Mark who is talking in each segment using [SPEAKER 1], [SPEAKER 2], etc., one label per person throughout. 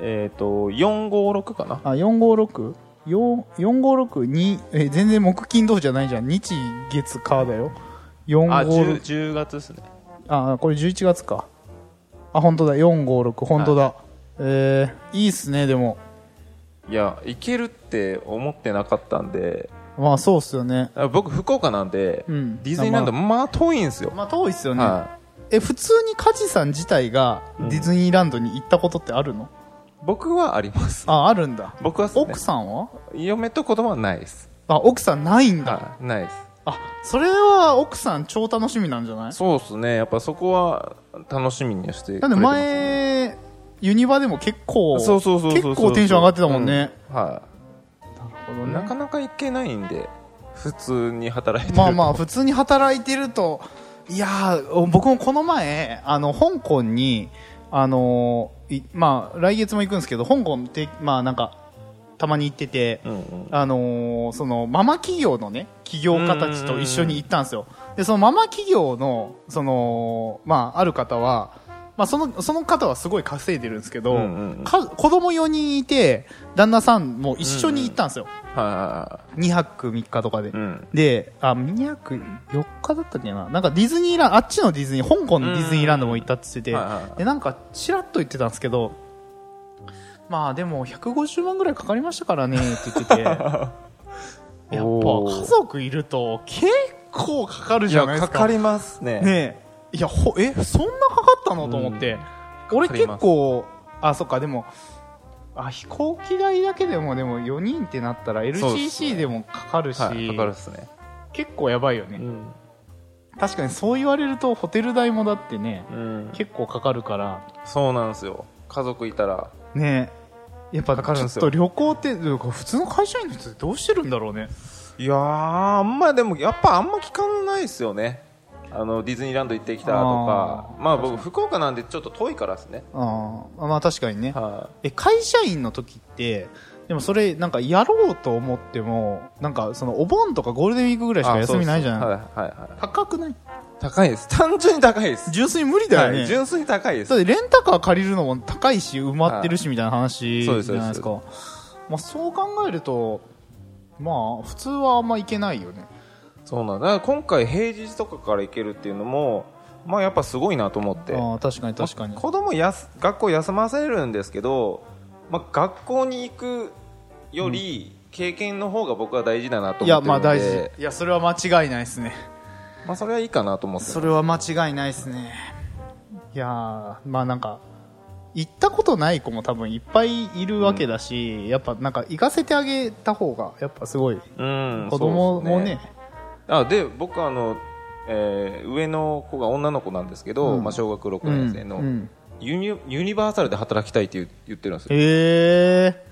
[SPEAKER 1] えっと456かな
[SPEAKER 2] あ456 4 456にえ全然木金土じゃないじゃん日月火だよ
[SPEAKER 1] あ
[SPEAKER 2] 4
[SPEAKER 1] 10,
[SPEAKER 2] 5
[SPEAKER 1] 10月ですね
[SPEAKER 2] ああこれ11月かあ本当だ456本当だ、えー、いいっすねでも
[SPEAKER 1] いや行けるって思ってなかったんで
[SPEAKER 2] まあそうっすよね
[SPEAKER 1] あ僕福岡なんで、
[SPEAKER 2] うん
[SPEAKER 1] ディズニーランドまあ遠いんですよ、
[SPEAKER 2] まあ遠いっすよね、
[SPEAKER 1] は
[SPEAKER 2] え普通に梶さん自体がディズニーランドに行ったことってあるの、
[SPEAKER 1] い、僕はあります
[SPEAKER 2] ああるんだ
[SPEAKER 1] 僕は、ね、
[SPEAKER 2] 奥さんは
[SPEAKER 1] 嫁と子供はないです、
[SPEAKER 2] あ奥さんないんだ、
[SPEAKER 1] はい、ないです
[SPEAKER 2] あそれは奥さん超楽しみなんじゃない
[SPEAKER 1] そうですねやっぱそこは楽しみにしてくれて
[SPEAKER 2] だって
[SPEAKER 1] ますね
[SPEAKER 2] 前、ユニバでも結構
[SPEAKER 1] そうそうそうそう
[SPEAKER 2] 結
[SPEAKER 1] そう
[SPEAKER 2] 構テンション上がってたもんね、、
[SPEAKER 1] うんは、
[SPEAKER 2] ないる
[SPEAKER 1] なかなか行けないんで普通に働いてる
[SPEAKER 2] まあまあ普通に働いてるといやー僕もこの前あの香港にあのーいまあ来月も行くんですけど香港ってまあなんかたまに行ってて、
[SPEAKER 1] うんうん
[SPEAKER 2] あのーそのママ企業のね起業家たちと一緒に行ったんですよでそのママ企業のそのまあある方はまあそのその方はすごい稼いでるんですけど、
[SPEAKER 1] うんうんうん
[SPEAKER 2] か子供4人いて旦那さんも一緒に行ったんですよ、
[SPEAKER 1] は
[SPEAKER 2] 2泊3日とかで、
[SPEAKER 1] いうん
[SPEAKER 2] で、あ、2泊4日だったっけな。なんかディズニーランド、あっちのディズニー、香港のディズニーランドも行ったって言って
[SPEAKER 1] うんはいはいは
[SPEAKER 2] て、で、なんかちらっと言ってたんですけど、まあでも150万ぐらいかかりましたからねって言ってて、やっぱ
[SPEAKER 1] おー
[SPEAKER 2] 家族いると結構かかる
[SPEAKER 1] い
[SPEAKER 2] じゃ
[SPEAKER 1] や
[SPEAKER 2] ないです
[SPEAKER 1] か
[SPEAKER 2] か。
[SPEAKER 1] かりますね
[SPEAKER 2] ねえいやほえそんなかかったのと思って、俺
[SPEAKER 1] かか
[SPEAKER 2] 結
[SPEAKER 1] ります
[SPEAKER 2] 構あそっかでもあ飛行機代だけでもでも4人ってなったら
[SPEAKER 1] そうっす
[SPEAKER 2] LCC でもかかるし、
[SPEAKER 1] はい、かかるっすね、
[SPEAKER 2] 結構やばいよね、
[SPEAKER 1] うん
[SPEAKER 2] 確かにそう言われるとホテル代もだってね結構かかるから
[SPEAKER 1] そうなんですよ家族いたら
[SPEAKER 2] ねえやっぱだから
[SPEAKER 1] かか
[SPEAKER 2] ちょっ
[SPEAKER 1] るんですよ
[SPEAKER 2] と旅行ってというか普通の会社員の人ってどうしてるんだろうね
[SPEAKER 1] いやーあんまでもやっぱあんま聞かないですよねあのディズニーランド行ってきたとかまあ僕福岡なんでちょっと遠いからですね
[SPEAKER 2] ああまあ確かにね
[SPEAKER 1] は
[SPEAKER 2] え会社員の時ってでもそれなんかやろうと思ってもなんかそのお盆とかゴールデンウィークぐら
[SPEAKER 1] い
[SPEAKER 2] いしか休みないじゃ
[SPEAKER 1] あそう
[SPEAKER 2] な
[SPEAKER 1] そう
[SPEAKER 2] い
[SPEAKER 1] はいはいは
[SPEAKER 2] 高くない
[SPEAKER 1] い高いです単純に高いです
[SPEAKER 2] 純粋に無理だよね、
[SPEAKER 1] はい純粋に高いです
[SPEAKER 2] だってレンタカー借りるのも高いし埋まってるしみたいな話じ
[SPEAKER 1] そ
[SPEAKER 2] ゃな
[SPEAKER 1] うで
[SPEAKER 2] い
[SPEAKER 1] すそうです
[SPEAKER 2] ですかまあ、そう考えるとまあ普通はあんまいけないよね
[SPEAKER 1] そうなんだだから今回平日とかから行けるっていうのもまあやっぱすごいなと思って
[SPEAKER 2] ああ確かに確かに
[SPEAKER 1] まあ子供やす学校休ませるんですけど、まあ、学校に行くより経験の方が僕は大事だなと
[SPEAKER 2] い
[SPEAKER 1] 思
[SPEAKER 2] や
[SPEAKER 1] ってる
[SPEAKER 2] まあ
[SPEAKER 1] ので
[SPEAKER 2] 大事いやそれは間違いないですね
[SPEAKER 1] まあそれはいいかなと思って
[SPEAKER 2] それは間違いないですねいやーまあなんか行ったことない子も多分いっぱいいるわけだし、やっぱなんか行かせてあげた方がやっぱすごい
[SPEAKER 1] うん
[SPEAKER 2] 子供
[SPEAKER 1] そ
[SPEAKER 2] も
[SPEAKER 1] う
[SPEAKER 2] ね
[SPEAKER 1] ですあで僕あの、えー上の子が女の子なんですけど、
[SPEAKER 2] うん
[SPEAKER 1] まあ、小学6
[SPEAKER 2] うん
[SPEAKER 1] 年生の、
[SPEAKER 2] うん
[SPEAKER 1] ユニユニバーサルで働きたいって言う言ってるんですよ
[SPEAKER 2] へえ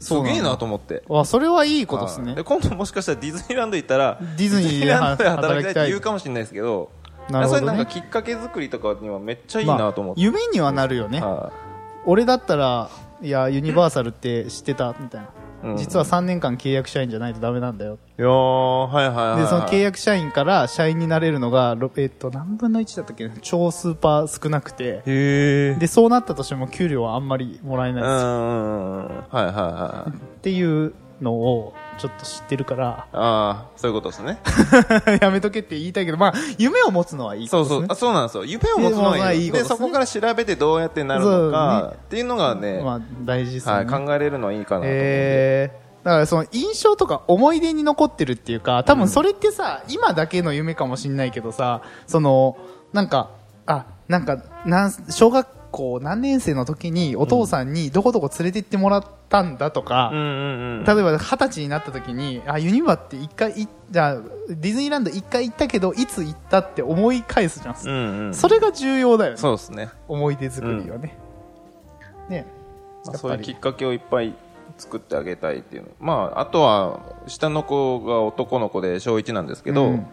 [SPEAKER 1] すげえなと思って
[SPEAKER 2] あそれはいいことです
[SPEAKER 1] は
[SPEAKER 2] ね
[SPEAKER 1] いで今度もしかしたらディズニーランド行ったら
[SPEAKER 2] ディズニーで
[SPEAKER 1] ランドで働
[SPEAKER 2] 働
[SPEAKER 1] きたい
[SPEAKER 2] き
[SPEAKER 1] って
[SPEAKER 2] たい
[SPEAKER 1] 言うかもしれないですけど
[SPEAKER 2] なるほどね
[SPEAKER 1] それなんかきっかけ作りとかにはめっちゃいいなと思って、
[SPEAKER 2] まあ夢にはなるよね、
[SPEAKER 1] はい
[SPEAKER 2] 俺だったらいやユニバーサルって知ってたみたいな、
[SPEAKER 1] うん
[SPEAKER 2] 実は3年間契約社員じゃないとダメなんだよ
[SPEAKER 1] いやーはいはいはいはい
[SPEAKER 2] でその契約社員から社員になれるのが、ろえっと、何分の1だったっけな超スーパー少なくて
[SPEAKER 1] へえ
[SPEAKER 2] でそうなったとしても給料はあんまりもらえ
[SPEAKER 1] う
[SPEAKER 2] なんいうです
[SPEAKER 1] んうんうんはいはいはい
[SPEAKER 2] っていうのをちょっと知ってるから
[SPEAKER 1] ああそういうことですね
[SPEAKER 2] やめとけって言いたいけど、まあ、夢を持つのはいいこ
[SPEAKER 1] そ
[SPEAKER 2] と
[SPEAKER 1] う
[SPEAKER 2] です、ね、
[SPEAKER 1] そうあそうなんですよ夢を持つ
[SPEAKER 2] 夢を持つ
[SPEAKER 1] の
[SPEAKER 2] の
[SPEAKER 1] が
[SPEAKER 2] はい
[SPEAKER 1] い
[SPEAKER 2] い
[SPEAKER 1] い
[SPEAKER 2] こと
[SPEAKER 1] で
[SPEAKER 2] ですね
[SPEAKER 1] そこから調べてどうやってなるの
[SPEAKER 2] そう
[SPEAKER 1] か
[SPEAKER 2] ね
[SPEAKER 1] っていうのがね
[SPEAKER 2] まあ、大事ですよ
[SPEAKER 1] は
[SPEAKER 2] ね、
[SPEAKER 1] い考えれるのはいいかなと思って
[SPEAKER 2] えーだからその印象とか思い出に残ってるっていうか多分それってさ、今だけの夢かもしんないけどさそのなんかあなんかなん小学校何年生の時にお父さんにどこどこ連れて行ってもらったんだとか、
[SPEAKER 1] うんうんうん
[SPEAKER 2] 例えば二十歳になった時にあユニバって一回いじゃあディズニーランド一回行ったけどいつ行ったって思い返すじゃん、
[SPEAKER 1] うんうん
[SPEAKER 2] それが重要だよね
[SPEAKER 1] そうですね
[SPEAKER 2] 思い出作りはね、ね
[SPEAKER 1] ま
[SPEAKER 2] や
[SPEAKER 1] あ
[SPEAKER 2] っ
[SPEAKER 1] そう
[SPEAKER 2] ぱ
[SPEAKER 1] いうき
[SPEAKER 2] り
[SPEAKER 1] っかけをいっぱい作ってあげたいっていうのまああとは下の子が男の子で小1なんですけど、
[SPEAKER 2] うん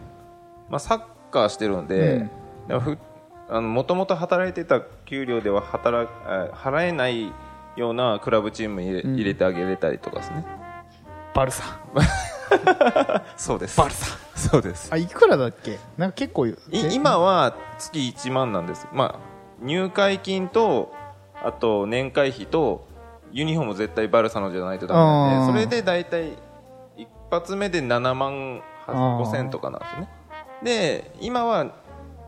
[SPEAKER 1] まあ、サッカーしてるんで、でもふあの元々働いてた給料では働あ払えないようなクラブチームに入れ,、
[SPEAKER 2] ん
[SPEAKER 1] 入れてあげれたりとかですね
[SPEAKER 2] バルサ
[SPEAKER 1] そうですバルサそうです
[SPEAKER 2] あいくらだっけなんか結構い
[SPEAKER 1] い今は月1万なんです、まあ、入会金とあと年会費とユニフォーム絶対バルサのじゃないとダメなん
[SPEAKER 2] うん
[SPEAKER 1] でそれで大体一発目で7万
[SPEAKER 2] うん
[SPEAKER 1] 5千とかなんですよねで今は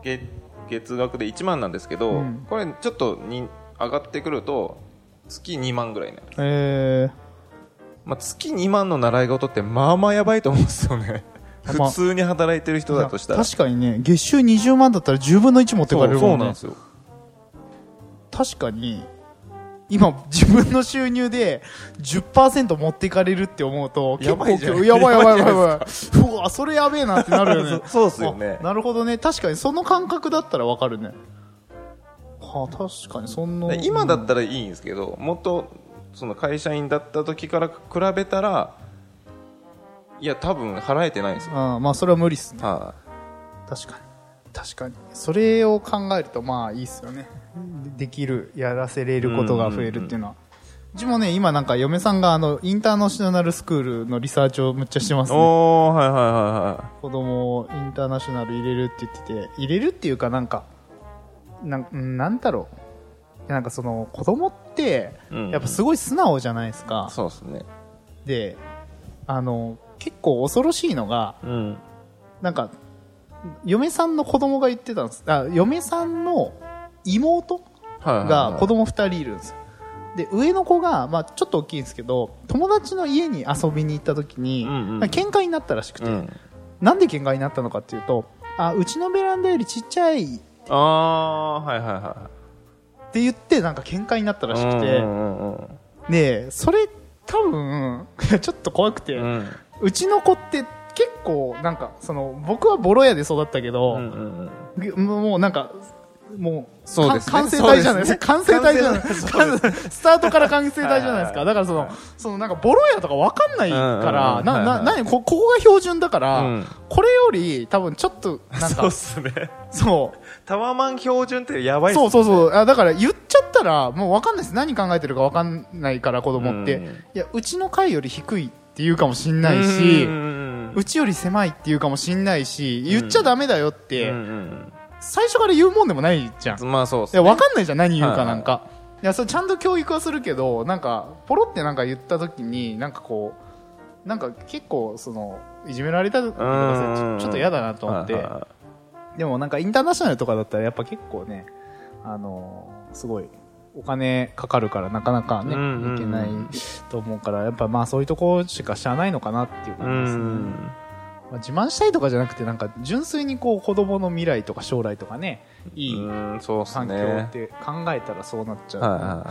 [SPEAKER 1] 月月額で1万なんですけど、
[SPEAKER 2] うん
[SPEAKER 1] これちょっとに上がってくると月2万ぐらいになる、
[SPEAKER 2] え
[SPEAKER 1] まあ、月2万の習い事ってまあまあやばいと思うんですよね
[SPEAKER 2] まあ
[SPEAKER 1] 普通に働いてる人
[SPEAKER 2] ー、
[SPEAKER 1] だとしたら
[SPEAKER 2] 確かにね月収20万だったら10分の1持ってかれ
[SPEAKER 1] そう
[SPEAKER 2] る
[SPEAKER 1] そ
[SPEAKER 2] も
[SPEAKER 1] うんなん
[SPEAKER 2] ね
[SPEAKER 1] ですよ
[SPEAKER 2] 確かに今自分の収入で10%持っていかれるって思うと結
[SPEAKER 1] や
[SPEAKER 2] 構
[SPEAKER 1] ばいじゃん
[SPEAKER 2] やばいやばいやばいやばい
[SPEAKER 1] や
[SPEAKER 2] うわそれやべえなってなるよね
[SPEAKER 1] そうそうっすよね
[SPEAKER 2] あなるほどね確かにその感覚だったらわかるねはあ確かにそんな
[SPEAKER 1] で今だったらいいんですけどもっとその会社員だった時から比べたらいや多分払えてないんですよ、
[SPEAKER 2] ああまあそれは無理っすね
[SPEAKER 1] は
[SPEAKER 2] 確かに確かにそれを考えるとまあいいっすよねでできるやらせれることが増えるっていうのは、うちもね今なんか嫁さんがあのインターナショナルスクールのリサーチをむっちゃしてま
[SPEAKER 1] い
[SPEAKER 2] すね
[SPEAKER 1] おーはいはいはいはい
[SPEAKER 2] 子供をインターナショナル入れるって言ってて入れるっていうかなんかなんうんなんだろうなんかその子供って
[SPEAKER 1] うん
[SPEAKER 2] やっぱすごい素直じゃないですか、
[SPEAKER 1] そうですね
[SPEAKER 2] であの結構恐ろしいのが
[SPEAKER 1] うん
[SPEAKER 2] なんか嫁さんの子供が言ってたんですあ嫁さんの妹
[SPEAKER 1] はいはいは
[SPEAKER 2] が
[SPEAKER 1] い
[SPEAKER 2] 子供2人いるんですよで上の子が、まあ、ちょっと大きいんですけど友達の家に遊びに行った時に、
[SPEAKER 1] うんうん
[SPEAKER 2] なんか喧嘩になったらしくて、
[SPEAKER 1] うん
[SPEAKER 2] なんで喧嘩になったのかっていうとあうちのベランダよりちっちゃいって
[SPEAKER 1] ああはいはいは
[SPEAKER 2] 言ってなんか喧嘩になった
[SPEAKER 1] い
[SPEAKER 2] らしく
[SPEAKER 1] う
[SPEAKER 2] て
[SPEAKER 1] んうんうん
[SPEAKER 2] でそれ多分 ちょっと怖くて、
[SPEAKER 1] う
[SPEAKER 2] うんちの子って結構なんかその僕はボロ屋で育ったけど、
[SPEAKER 1] うんうんうん
[SPEAKER 2] ぎもうもうなんかもう
[SPEAKER 1] そうですね
[SPEAKER 2] か完成体じゃないですか
[SPEAKER 1] そ
[SPEAKER 2] 完成
[SPEAKER 1] うですね
[SPEAKER 2] 体じゃない
[SPEAKER 1] 完成
[SPEAKER 2] 完成スタートから完成体じゃないです
[SPEAKER 1] は
[SPEAKER 2] か
[SPEAKER 1] いはいはい
[SPEAKER 2] だからそのそのなんかボロやとかわかんないから
[SPEAKER 1] うんうん
[SPEAKER 2] なん
[SPEAKER 1] う
[SPEAKER 2] な
[SPEAKER 1] はいはい
[SPEAKER 2] 何こここが標準だから、
[SPEAKER 1] うん
[SPEAKER 2] これより多分ちょっとなん
[SPEAKER 1] そう
[SPEAKER 2] か
[SPEAKER 1] っすね
[SPEAKER 2] そう
[SPEAKER 1] タワマン標準ってやばいっす
[SPEAKER 2] そう
[SPEAKER 1] ね
[SPEAKER 2] そうそうあだから言っちゃったらもうわかんないです何考えてるかわかんないから子供って、
[SPEAKER 1] うん
[SPEAKER 2] いやうちの階より低いって言うかもしんないし、
[SPEAKER 1] う
[SPEAKER 2] うん
[SPEAKER 1] うんうん
[SPEAKER 2] ちより狭いって言うかもしんないし言っちゃダメだよって、
[SPEAKER 1] うんうん
[SPEAKER 2] 最初から言うもんでもないじゃん
[SPEAKER 1] うんまあそうっ
[SPEAKER 2] い
[SPEAKER 1] す
[SPEAKER 2] や、
[SPEAKER 1] ね
[SPEAKER 2] わかんないじゃん、何言うかなんか。いや、それちゃんと教育はするけど、なんか、ポロってなんか言った時に、なんかこう、なんか結構、その、いじめられたとかさ
[SPEAKER 1] うんうんうん
[SPEAKER 2] ちょちょっと嫌だなと思っ
[SPEAKER 1] はい
[SPEAKER 2] て
[SPEAKER 1] はい。はい
[SPEAKER 2] でもなんかインターナショナルとかだったらやっぱ結構ね、あのーすごい、お金かかるからなかなかね、
[SPEAKER 1] うんうんうん
[SPEAKER 2] いけないと思うから、やっぱまあそういうとこしか知らないのかなっていう
[SPEAKER 1] う
[SPEAKER 2] 感じですね。
[SPEAKER 1] ん
[SPEAKER 2] まあ、自慢したいとかじゃなくて、なんか純粋にこう子供の未来とか将来とかね、いい
[SPEAKER 1] うんそうっす
[SPEAKER 2] 環境
[SPEAKER 1] ね
[SPEAKER 2] って考えたらそうなっちゃう、
[SPEAKER 1] はいはいはい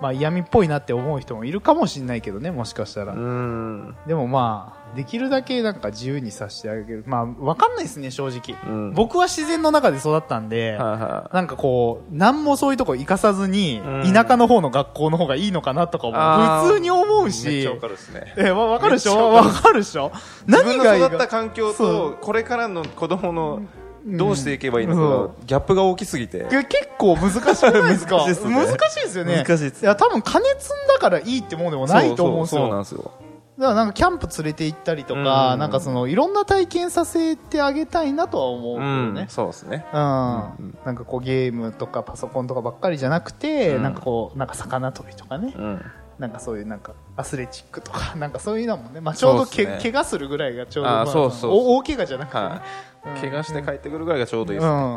[SPEAKER 2] まあ、嫌味っぽいなって思う人もいるかもしれないけどねもしかしたら、
[SPEAKER 1] うん
[SPEAKER 2] でもまあできるだけなんか自由にさせてあげるまあわかんないですね正直、
[SPEAKER 1] うん
[SPEAKER 2] 僕は自然の中で育ったんで、
[SPEAKER 1] はいは
[SPEAKER 2] なんかこう、なんもそういうとこ行かさずに、
[SPEAKER 1] うん
[SPEAKER 2] 田舎の方の学校の方がいいのかなとかも
[SPEAKER 1] あー
[SPEAKER 2] 普通に思う
[SPEAKER 1] いめっ
[SPEAKER 2] し
[SPEAKER 1] ちゃ、わかるっすね
[SPEAKER 2] え、わわかるでしょ
[SPEAKER 1] めっちゃわか
[SPEAKER 2] わ
[SPEAKER 1] る
[SPEAKER 2] かるでしょ
[SPEAKER 1] 自分
[SPEAKER 2] 何が
[SPEAKER 1] の
[SPEAKER 2] いい
[SPEAKER 1] 育った
[SPEAKER 2] か
[SPEAKER 1] 環境
[SPEAKER 2] そ
[SPEAKER 1] とこれからの子供のどうしていけばいいの
[SPEAKER 2] うん
[SPEAKER 1] かギャップが大きすぎて
[SPEAKER 2] いや結構難しくないですか
[SPEAKER 1] 難しいっすね
[SPEAKER 2] 難しいですよね。
[SPEAKER 1] 難しいっすね
[SPEAKER 2] や、多分金積んだからいいってもんでもないと思うんですよ。
[SPEAKER 1] そうそうそうなんですよ
[SPEAKER 2] だからなんかキャンプ連れて行ったりとか、
[SPEAKER 1] うん
[SPEAKER 2] なんかそのいろんな体験させてあげたいなとは思うけど
[SPEAKER 1] う
[SPEAKER 2] ね
[SPEAKER 1] ん。そうですね
[SPEAKER 2] うん、なんかこうゲームとかパソコンとかばっかりじゃなくて、
[SPEAKER 1] うん
[SPEAKER 2] なんかこうなんか魚取りとかね、
[SPEAKER 1] うん
[SPEAKER 2] なんかそういうなんかアスレチックとか なんかそういうのもね、まあちょうどけ、
[SPEAKER 1] そうっすね
[SPEAKER 2] 怪我するぐらいがちょうど
[SPEAKER 1] あ
[SPEAKER 2] ま
[SPEAKER 1] ーそうそう
[SPEAKER 2] お大怪我じゃなくてね、
[SPEAKER 1] はい
[SPEAKER 2] うん
[SPEAKER 1] 怪我して帰ってくるぐらいがちょうどいい
[SPEAKER 2] うん
[SPEAKER 1] です
[SPEAKER 2] も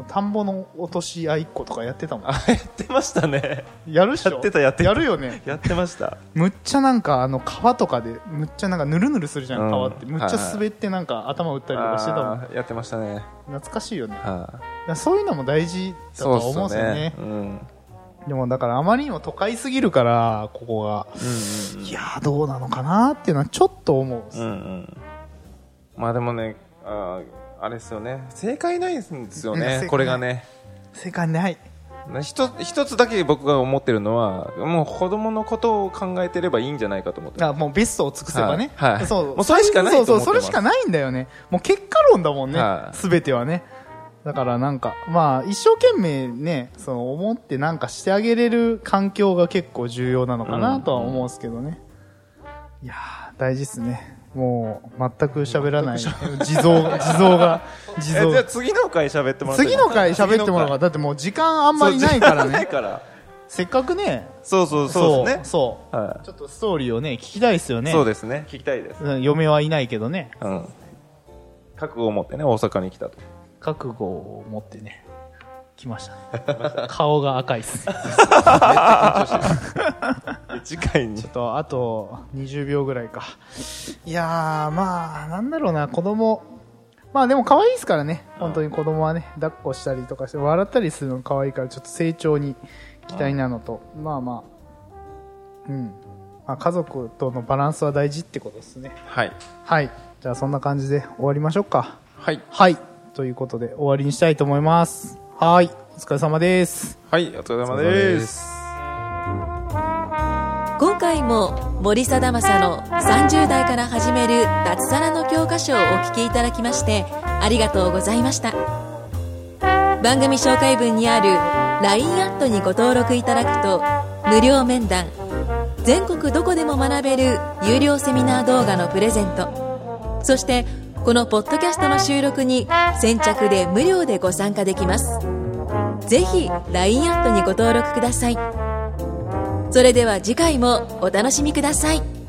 [SPEAKER 2] う田んぼの落とし合いっことかやってたもん
[SPEAKER 1] あやってましたね
[SPEAKER 2] やるっしょ
[SPEAKER 1] やってたやってた
[SPEAKER 2] やるよね
[SPEAKER 1] やってました
[SPEAKER 2] むっちゃなんかあの川とかでむっちゃなんかぬるぬるするじゃん、
[SPEAKER 1] うん
[SPEAKER 2] 川ってむっちゃ滑ってなんか頭打ったりとかしてたもん、
[SPEAKER 1] あーやってましたね
[SPEAKER 2] 懐かしいよねだか
[SPEAKER 1] はい
[SPEAKER 2] らそういうのも大事だと
[SPEAKER 1] そう
[SPEAKER 2] は
[SPEAKER 1] っ
[SPEAKER 2] 思うんですすよね
[SPEAKER 1] ねうんうんうん
[SPEAKER 2] でもだからあまりにも都会すぎるからここが、いやーどうなのかなっていうのはちょっと思うっす、
[SPEAKER 1] うんうんまあでもねあーあれですよね正解ないんですよ
[SPEAKER 2] うん正解な
[SPEAKER 1] ね
[SPEAKER 2] い
[SPEAKER 1] これがね
[SPEAKER 2] 世界ない
[SPEAKER 1] な一つ一つだけ僕が思ってるのはもう子供のことを考えてればいいんじゃないかと思って
[SPEAKER 2] あもうベストを尽くせばね、
[SPEAKER 1] はいはい
[SPEAKER 2] そう
[SPEAKER 1] もうそれしかないと思って
[SPEAKER 2] そう
[SPEAKER 1] ます
[SPEAKER 2] そうそれしかないんだよねもう結果論だもんね、
[SPEAKER 1] はい
[SPEAKER 2] 全てはねだからなんかまあ一生懸命ねその思ってなんかしてあげれる環境が結構重要なのかなとは思うんですけどね、いやー大事っすねもう全く喋らない地 蔵地蔵が地
[SPEAKER 1] えじゃあ
[SPEAKER 2] 蔵
[SPEAKER 1] 次の回喋ってもらっていい
[SPEAKER 2] 次の回喋ってもらおうかだってもう時間あんまりないから
[SPEAKER 1] そう時間ない
[SPEAKER 2] ね
[SPEAKER 1] から
[SPEAKER 2] せっかくね
[SPEAKER 1] そうそうそうですね
[SPEAKER 2] そうそう
[SPEAKER 1] は
[SPEAKER 2] ちょっとストーリーをね聞きたいですよ
[SPEAKER 1] い
[SPEAKER 2] ね
[SPEAKER 1] そうですね聞きたいです
[SPEAKER 2] うん嫁はいないけどね
[SPEAKER 1] うん覚悟を持ってね大阪に来たと
[SPEAKER 2] 覚悟を持ってね来ましたね 顔が赤いっすち
[SPEAKER 1] 次回に
[SPEAKER 2] ょっとあと20秒ぐらいかいやーまあなんだろうな子供まあでも可愛いですからね本当に子供はね抱っこしたりとかして笑ったりするの可愛いからちょっと成長に期待なのとまあまあうん、まあ、家族とのバランスは大事ってことですね
[SPEAKER 1] はい
[SPEAKER 2] はいじゃあそんな感じで終わりましょうか
[SPEAKER 1] はい
[SPEAKER 2] はい。ということで、終わりにしたいと思います。はい。お疲れ様です。
[SPEAKER 1] はいお疲れ様です
[SPEAKER 3] 今回も森貞正の30代から始める脱サラの教科書をお聞きいただきましてありがとうございました番組紹介文にある LINE アットにご登録いただくと無料面談全国どこでも学べる有料セミナー動画のプレゼントそしてこのポッドキャストの収録に先着で無料でご参加できますぜひ LINE アットにご登録くださいそれでは次回もお楽しみください